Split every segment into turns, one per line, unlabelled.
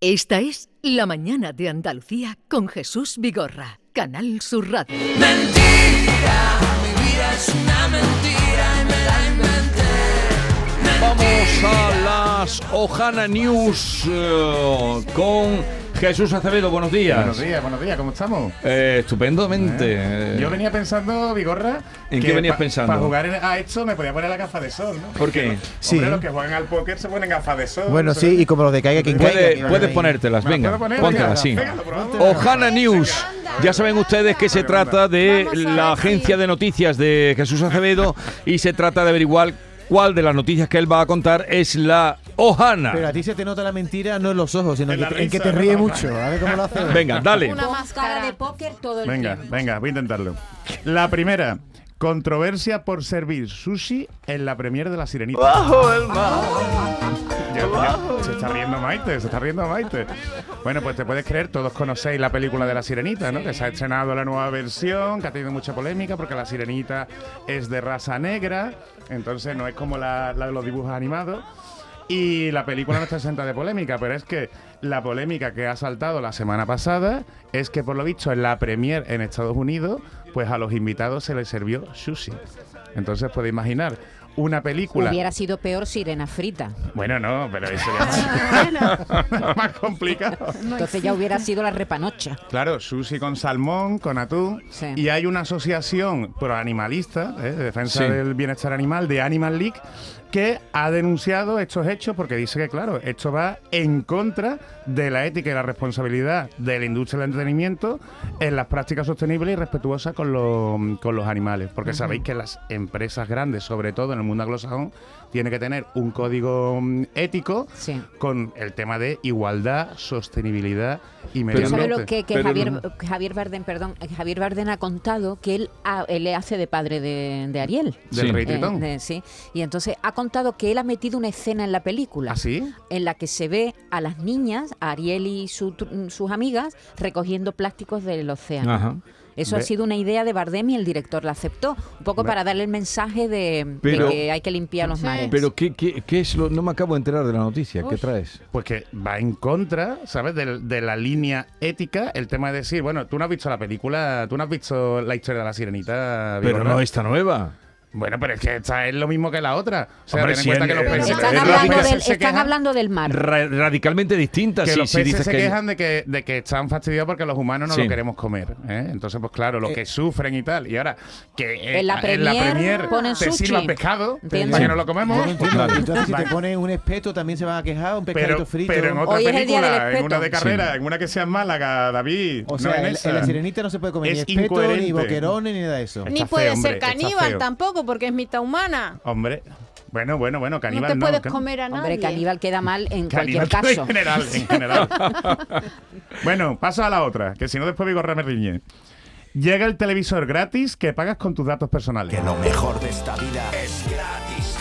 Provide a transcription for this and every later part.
Esta es La Mañana de Andalucía con Jesús Vigorra, Canal Sur Radio.
Mentira, mi vida es una mentira y me la inventé.
Vamos a las Ojana News eh, con Jesús Acevedo. Buenos días.
Buenos días, buenos días, ¿cómo estamos?
Eh, estupendamente. Eh,
Yo venía pensando, Vigorra.
¿En qué venías pensando?
Para jugar a esto me podía poner la gafa de sol, ¿no?
¿Por qué?
Sí.
Sí.
Hombre, los que juegan al póker se ponen gafas de sol.
Bueno,
no sé.
sí, y como los de caiga quien
Puede-
caiga. que
puedes
iban ahí.
ponértelas,
¿Me las
venga,
puedo poner?
póntelas, sí.
Venga, lo probamos.
Ojana News. Ya saben ustedes que se trata de
Vamos a ver
la agencia
si-
de noticias de Jesús Acevedo y se trata de averiguar cuál de las noticias que él va a contar es la
Pero a
Ojana.
ti se te nota la mentira no en los ojos, sino
En
en,
la
que, te- en que
risa,
te
¿no?
ríe mucho. A ver cómo lo haces.
Venga, dale.
una máscara de póker todo el
Venga,
tiempo.
venga, voy a intentarlo. La primera, controversia por servir sushi en la premier de La Sirenita. Ya, ya, se está riendo Maite, se está riendo Maite. Bueno, pues te puedes creer, todos conocéis la película de La Sirenita, ¿no? Que se ha estrenado la nueva versión, que ha tenido mucha polémica porque La Sirenita es de raza negra, entonces no es como la, la de los dibujos animados. Y la película no está exenta de polémica, pero es que la polémica que ha saltado la semana pasada es que por lo visto en la premier en Estados Unidos, pues a los invitados se les sirvió sushi. Entonces puede imaginar una película
Hubiera sido peor sirena frita.
bueno, no, pero eso ya es más complicado.
Entonces ya hubiera sido la repanocha.
Claro, sushi con salmón, con atún.
Sí.
Y hay una asociación proanimalista, ¿eh? de defensa
Sí.
del bienestar animal, de Animal League, que ha denunciado estos hechos porque dice que, claro, esto va en contra de la ética y la responsabilidad de la industria del entretenimiento en las prácticas sostenibles y respetuosas con, los- con los animales. Porque sabéis que las empresas grandes, sobre todo en el mundo anglosajón, tiene que tener un código mm, ético
Sí.
con el tema de igualdad, sostenibilidad
Pero
y medio
Pero
ambiente.
¿sabes lo que, que
pero
Javier,
no.
Javier Bardem, perdón, eh, Javier Bardem ha contado que él, ha- él le hace de padre de, de Ariel.
Del
Sí.
rey
Eh,
Tritón.
de- sí. Y entonces ha contado que él ha metido una escena en la película.
¿Ah, sí?
en la que se ve a las niñas, a Ariel y su tru- sus amigas, recogiendo plásticos del océano.
Ajá.
Eso
Ve.
ha sido una idea de Bardem y el director la aceptó, un poco
Ve.
para darle el mensaje de, de
Pero-
que hay que limpiar los mares.
Pero ¿qué, qué- qué es lo? No me acabo de enterar de la noticia. ¿Qué traes?
Pues que va en contra, ¿sabes? Del- De, la línea ética, el tema de decir, bueno, tú no has visto la película, tú no has visto la historia de la sirenita.
Pero
Vigorra?
no esta nueva.
Bueno, pero es que esta es lo mismo que la otra. O sea,
Hombre,
ten en
si
cuenta
en-
que los
eh,
peces...
Pero
están
es
los
hablando,
peces
del,
se
están
quejan-
hablando del mar.
Ra- radicalmente distinta.
Que
si,
los
si
peces
dices
se
que-
quejan de, que, de que están fastidiados porque los humanos no
Sí.
lo queremos comer. ¿eh? Entonces, pues claro, los que sufren y tal. Y ahora, que eh,
En la Premier ponen
te
sushi.
sirvan pescado,
Entiendo.
para que no lo
Yo
comemos.
no entiendo,
Vale.
Entonces, si te ponen un espeto, también se van a quejar, un pescadito
pero,
frito.
pero en otra
Hoy es el día del
película, en
espeto.
una de carrera, en una que sea en Málaga, David.
o sea,
no en
en,
esa.
en la sirenita no se puede comer
Es
ni espeto,
incoherente.
ni boquerones, ni nada de eso.
Está
Ni
feo,
puede
hombre,
ser
está feo.
caníbal tampoco, porque es mitad humana.
Hombre, bueno, bueno, bueno,
No
caníbal
te
no.
puedes
can-
comer a nadie.
Hombre, caníbal queda mal en
Caníbal
cualquier caso.
en general, en general. bueno, paso a la otra, que si no después Vigorra me riñe. Llega el televisor gratis que pagas con tus datos personales.
Lo mejor de esta vida es gratis.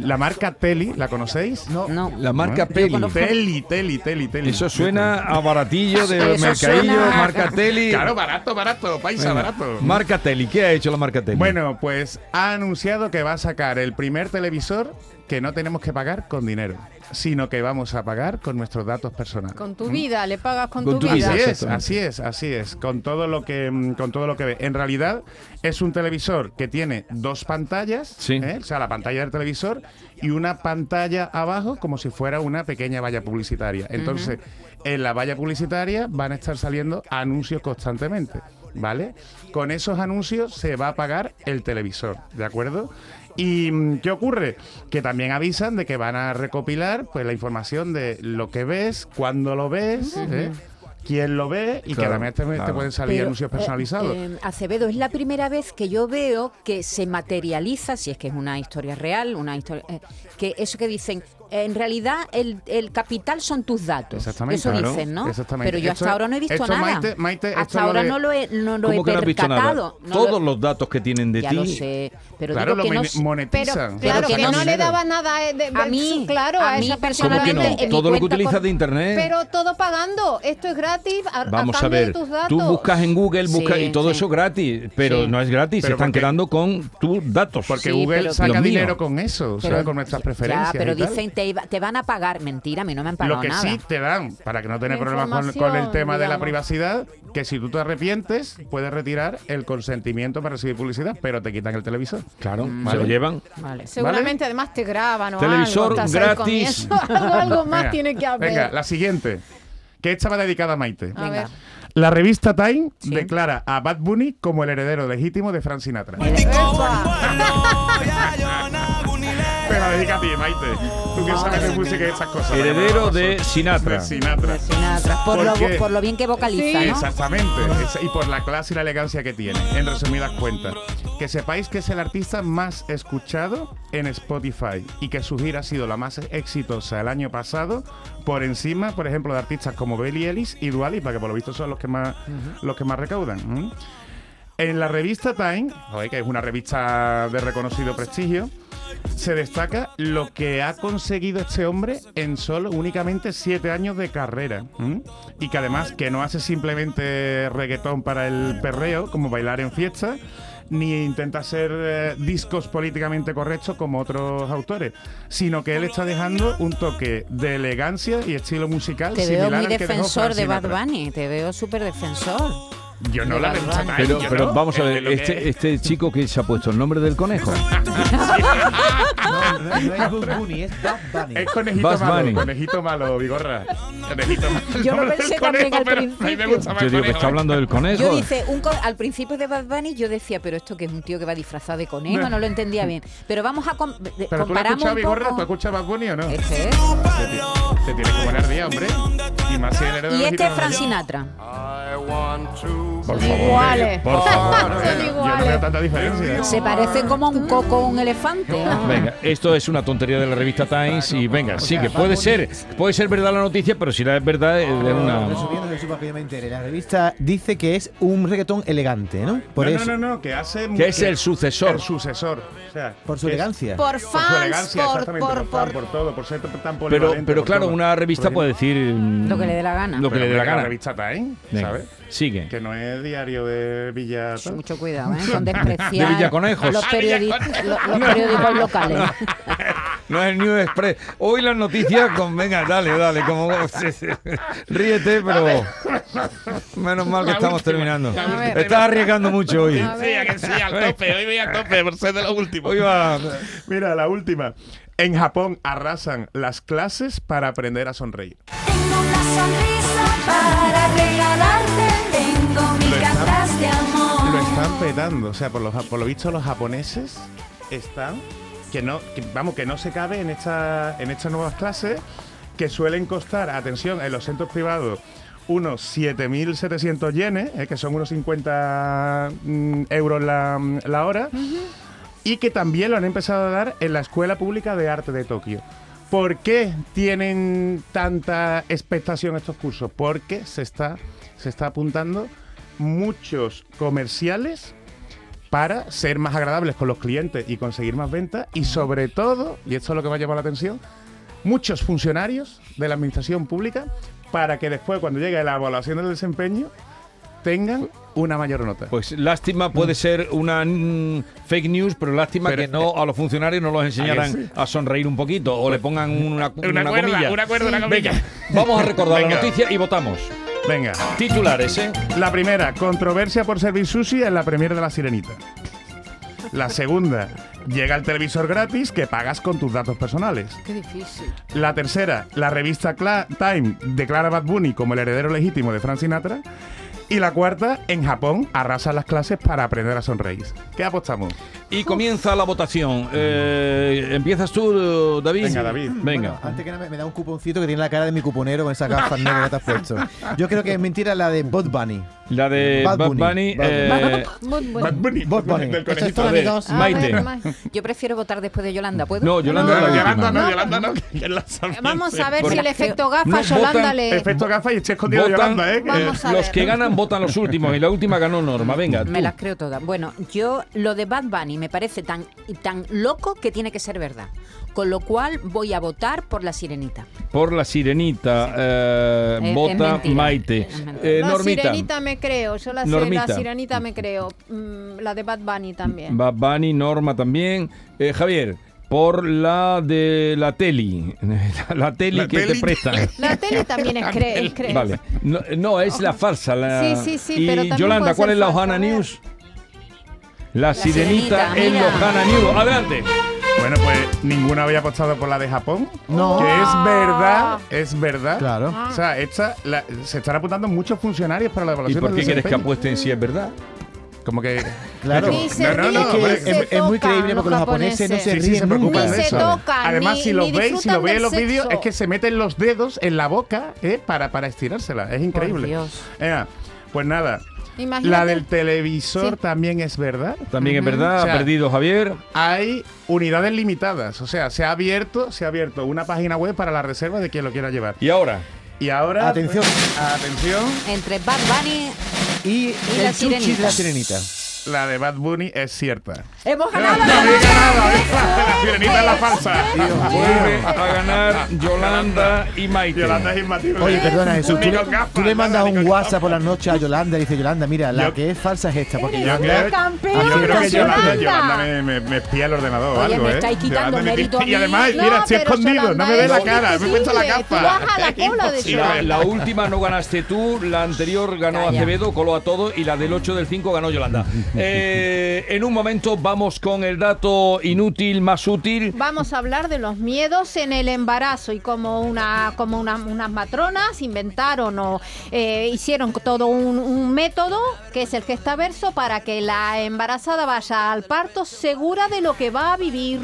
La marca Teli, ¿la conocéis?
No,
No.
La marca
¿No?
Peli.
Teli, Teli, Teli, Teli.
Eso suena a baratillo de
Eso
mercadillo,
suena-
marca Teli.
Claro, barato, barato, paisa,
Venga,
barato.
Marca Teli, ¿qué ha hecho la marca Teli?
Bueno, pues ha anunciado que va a sacar el primer televisor que no tenemos que pagar con dinero, sino que vamos a pagar con nuestros datos personales.
Con tu vida, le pagas con,
Con
tu,
tu
vida.
Así
vida.
es,
Exactamente.
así es, así es. Con todo lo que mm, con todo lo que ve. En realidad es un televisor que tiene dos pantallas,
Sí.
¿eh? o sea, la pantalla del televisor y una pantalla abajo como si fuera una pequeña valla publicitaria. Entonces, en la valla publicitaria van a estar saliendo anuncios constantemente, ¿vale? Con esos anuncios se va a pagar el televisor, ¿de acuerdo? ¿Y mm, qué ocurre? Que también avisan de que van a recopilar pues la información de lo que ves, cuándo lo ves, ¿eh? quién lo ve y
Claro,
que también te, te
claro.
pueden salir
Pero,
anuncios
eh,
personalizados.
eh, Acevedo, es la primera vez que yo veo que se materializa, si es que es una historia real, una historia eh, que eso que dicen, eh, en realidad el, el capital son tus datos.
Exactamente,
eso
claro,
dicen, ¿no?
exactamente.
Pero yo
Esto-
hasta ahora no he visto
esto,
nada.
Maite- Maite, esto
hasta
lo
ahora
de-
no lo he, no lo he
¿Cómo que no has visto nada?
percatado. No
Todos
lo-
los datos que tienen de
ya
ti.
lo sé, pero
claro,
digo
lo
que no
moni-
s-
monetizan.
Claro,
Pero
que,
que
no,
no
le
dinero.
daba nada eh, de- de-
a mí,
claro, a,
mí
esa persona
¿Cómo que
personalmente,
no?
en mi
Todo lo que
cuenta
utilizas
cor-
de internet.
Pero todo pagando. Esto es gratis a, a
Vamos a
cambio de
ver,
tus datos.
tú buscas en Google buscas,
Sí,
y todo
sí.
eso gratis, pero
Sí.
no es gratis, se
Pero
están
porque-
quedando con tus datos.
Porque
Sí,
Google
pero-
saca
Los míos.
dinero con eso, o sea,
Pero-
con nuestras
Ya,
preferencias.
pero
y tal.
dicen te te, iba- te van a pagar. Mentira, a mí no me han pagado
Lo que
nada.
sí te dan, para que no tener problemas con,
Información,
con el tema de la
digamos.
privacidad, que si tú te arrepientes, puedes retirar el consentimiento para recibir publicidad, pero te quitan el televisor. Mm.
Claro, se
Vale.
lo llevan.
Vale.
Seguramente además te graban o
Televisor
algo. estás ahí
gratis.
comiendo Algo, algo más
Venga,
tiene que haber.
Venga, la siguiente, que esta va dedicada a Maite.
A ver.
Ah. Venga.
La revista Time
Sí.
declara a Bad Bunny como el heredero legítimo de Frank Sinatra. Te la dedica a ti, Maite. Tú que
Ah,
sabes de música y estas cosas.
Heredero de
De
Sinatra.
Sinatra.
Sin atrás. Por,
¿Por
lo,
qué?
por lo bien que vocaliza,
Sí.
¿no?
Exactamente. Esa- Y por la clase y la elegancia que tiene, en resumidas cuentas. Que sepáis que es el artista más escuchado en Spotify y que su gira ha sido la más exitosa el año pasado, por encima, por ejemplo, de artistas como Billie Ellis y Dua Lipa, que por lo visto son los que más, los que más recaudan. ¿m? En la revista Time, joder, que es una revista de reconocido prestigio, se destaca lo que ha conseguido este hombre en solo únicamente siete años de carrera. ¿m? Y que además que no hace simplemente reggaetón para el perreo, como bailar en fiesta, ni intenta hacer eh, discos políticamente correctos como otros autores, sino que él está dejando un toque de elegancia y estilo musical
Te veo
similar
muy
al que dejó
defensor
Frank
de Bad
Sinatra.
Bunny. Te veo súper defensor.
Yo no la
Bad
revista
Bunny.
Time,
Pero,
yo
pero
no.
vamos a
Eh,
ver,
lo que-
este, este chico que se ha puesto el nombre del conejo.
No, no, no es Good Bunny, es Bad Bunny.
Es conejito
Bugs
malo,
Bunny.
conejito malo, Vigorra. Conejito malo.
Yo lo
El
pensé también al
pero A mí me
principio.
gusta más
Yo
el
digo que
conejo. ¿eh?
está hablando del
Yo
conejo.
dice, un co- al principio de Bad Bunny yo decía, pero esto que es un tío que va disfrazado de conejo, no lo entendía bien. Pero vamos a com- de-
Pero tú lo
comparamos
escuchas a
un
Vigorra, tú
poco.
escuchas a Bad Bunny o no? Te,
Este es.
ti- te tienes que poner al día, hombre. Y más si el heredero
Y este
legítimo
es
de-
Frank
Ah.
Sinatra.
Por
Son
favor,
iguales.
Por favor.
Son
eh, Yo no
iguales.
veo tanta diferencia. ¿eh?
Se parece como a un coco o un elefante.
Venga, esto es una tontería de la revista Times y venga, sí que puede ser, puede ser verdad la noticia, pero si la es verdad es de una...
Resumiendo, Jesús, para que yo me entere. La revista dice que es un reggaetón elegante, ¿no? Por
no,
eso.
no, no, no, que hace...
Que es el sucesor.
El sucesor. O sea,
Por su
que es-
elegancia.
Por
Por su
fans,
elegancia,
por,
exactamente.
por,
fan,
por-
por todo, por ser tan polivalente.
Pero, pero
por
claro,
todo.
una revista
Por
puede
ejemplo.
decir... mm,
Lo que le dé la gana.
Lo que le dé la
Pero
gana.
La revista Time,
Venga,
¿sabes?
Sigue.
Que no es diario de Villa...
Sh,
tal.
Mucho cuidado, ¿eh? Con
De
despreciar
Villaconejos.
los, periodi- lo- los periódicos locales.
No es New Express. Hoy las noticias con. Venga, dale, dale. Como, sí, sí. Ríete, pero. Menos mal que estamos terminando. Estás arriesgando mucho hoy.
hoy voy a tope por ser de los últimos.
Hoy va.
Mira, la última. En Japón arrasan las clases para aprender a sonreír.
Tengo una sonrisa para regalarte, tengo
Lo
mil
está-
cartas de amor.
Lo están petando. O sea, por, los, por lo visto los japoneses están... Que no, que- vamos, que no se cabe en, esta, en estas nuevas clases que suelen costar, atención, en los centros privados unos 7.700 yenes, eh, que son unos 50 mm, euros la, la hora. y que también lo han empezado a dar en la Escuela Pública de Arte de Tokio. ¿Por qué tienen tanta expectación estos cursos? Porque se está, se está apuntando muchos comerciales para ser más agradables con los clientes y conseguir más ventas y sobre todo, y esto es lo que me ha llamado la atención, muchos funcionarios de la administración pública para que después cuando llegue la evaluación del desempeño tengan una mayor nota.
Pues lástima, puede ser una mm, fake news, pero lástima
Pero-
que no a los funcionarios no los enseñaran
¿A que sí?
a sonreír un poquito o le pongan una, una, comilla.
cuerda, una
Venga, vamos a recordar la
Venga.
noticia y votamos.
Venga.
Titulares, ¿eh?
La primera, controversia por servir sushi en la premier de La Sirenita. La segunda, llega el televisor gratis que pagas con tus datos personales.
Qué difícil.
La tercera, la revista Cla- Time declara a Bad Bunny como el heredero legítimo de Frank Sinatra. Y la cuarta, en Japón arrasan las clases para aprender a sonreír. ¿Qué apostamos?
Y comienza la votación. Eh, ¿Empiezas tú, David?
Venga, David.
Venga.
Bueno, antes que nada, me- me da un cuponcito que tiene la cara de mi cuponero con esa gafa negra que te has puesto. Yo creo que es mentira la de Bot Bunny.
La de Bad
Bad
Bunny.
Bunny. Bad
eh,
Muy bueno.
Bad Bunny.
Bad Bunny.
Del
Eso es
conejito.
todo,
a ver,
amigos.
A
Maite.
ver, Ma-
Yo prefiero votar después de Yolanda, ¿puedo?
No, Yolanda
No, Eh,
es la
Yolanda
última.
no, Yolanda no. que es la sorpresa.
Vamos a ver
Porque-
si el efecto gafa
No,
Yolanda
votan-
le...
Efecto gafa y estoy escondido de
Votan-
Yolanda, ¿eh? Que-
Vamos a ver.
Los que ganan votan los últimos y la última ganó Norma. Venga. tú.
Me las creo todas. Bueno, yo lo de Bad Bunny me parece tan, tan loco que tiene que ser verdad. Con lo cual voy a votar por la sirenita.
Por la sirenita eh,
Es- es
vota
mentira.
Maite.
Es mentira.
Eh,
la
Normita.
sirenita me creo, yo la, sé,
Normita.
la sirenita me creo. Mm, la de Bad Bunny también.
Bad Bunny, Norma también. Eh, Javier, por la de la teli. La teli
La
que
teli.
te prestan.
La tele también es cre- es cre-
Vale. No, no, es la farsa. La...
Sí, sí, sí,
Y
pero también
Yolanda,
puede
¿cuál
ser
es la
farsa,
Ojana
a ver.
News? La, sirenita,
Sirenita,
es la
mira.
Ojana News. Adelante.
Bueno, pues ninguna había apostado por la de Japón.
No.
Que es
Ah.
verdad, es verdad.
Claro.
O sea, esta, la- se están apuntando muchos funcionarios para la
¿Y
evaluación
por
del
qué quieres que
desempeño.
apuesten si es verdad?
Como que...
Claro.
Ni se
No, no, no,
ríen,
hombre,
ni
es,
se
que es- es muy
tocan
creíble porque los japoneses no se
Sí,
ríen
sí, se
nunca.
preocupan
Ni
de
se
eso.
tocan,
Además,
ni-
si lo
ni
veis, si lo
disfrutan
veis,
del
los vídeos,
sexo.
es que se meten los dedos en la boca eh, para, para estirársela. Es increíble.
Dios.
Venga, pues nada.
Imagínate.
La del televisor
Sí.
también es verdad.
También es verdad,
O sea,
ha perdido Javier.
Hay unidades limitadas. O sea, se ha abierto, se ha abierto una página web para la reserva de quien lo quiera llevar.
¿Y ahora?
Y ahora. pues,
Atención.
Atención.
Entre Bad Bunny.
Y,
Y la
el chuchi de la sirenita.
La de Bad Bunny es cierta.
Hemos
No, no,
ganado.
diga nada. La sirenita es la falsa.
Vuelve a ganar Yolanda y Maite.
Yolanda es imbatible.
Oye, perdona, Jesús. Tú,
Nico
tú
Gafas,
le
nada,
mandas
Nico
un
Gafas.
WhatsApp por las noches a Yolanda y dice Yolanda, mira, la
Yo-
que es falsa es esta. Porque
Yo
Yolanda.
creo,
campeón,
yo creo que
Yolanda.
Yolanda, Yolanda me, me, me espía el ordenador o
Oye,
algo,
me
¿eh?
estáis quitando
Yolanda me
mérito a
Y
mí.
además,
No,
mira, estoy
pero
escondido,
Yolanda
no me ve
es
la cara, me he puesto la
invisible,
capa.
tú bajas la
Es
cola de
Y
imposible.
la, la última no ganaste tú, la anterior ganó
Calla.
Acevedo, coló a todo y la del 8 del 5 ganó Yolanda. Eh, en un momento vamos con el dato inútil, más útil.
Vamos a hablar de los miedos en el embarazo y como una como una- unas matronas inventaron o eh, hicieron todo un, un método que es el gestaverso para que la embarazada vaya al parto segura de lo que va a vivir.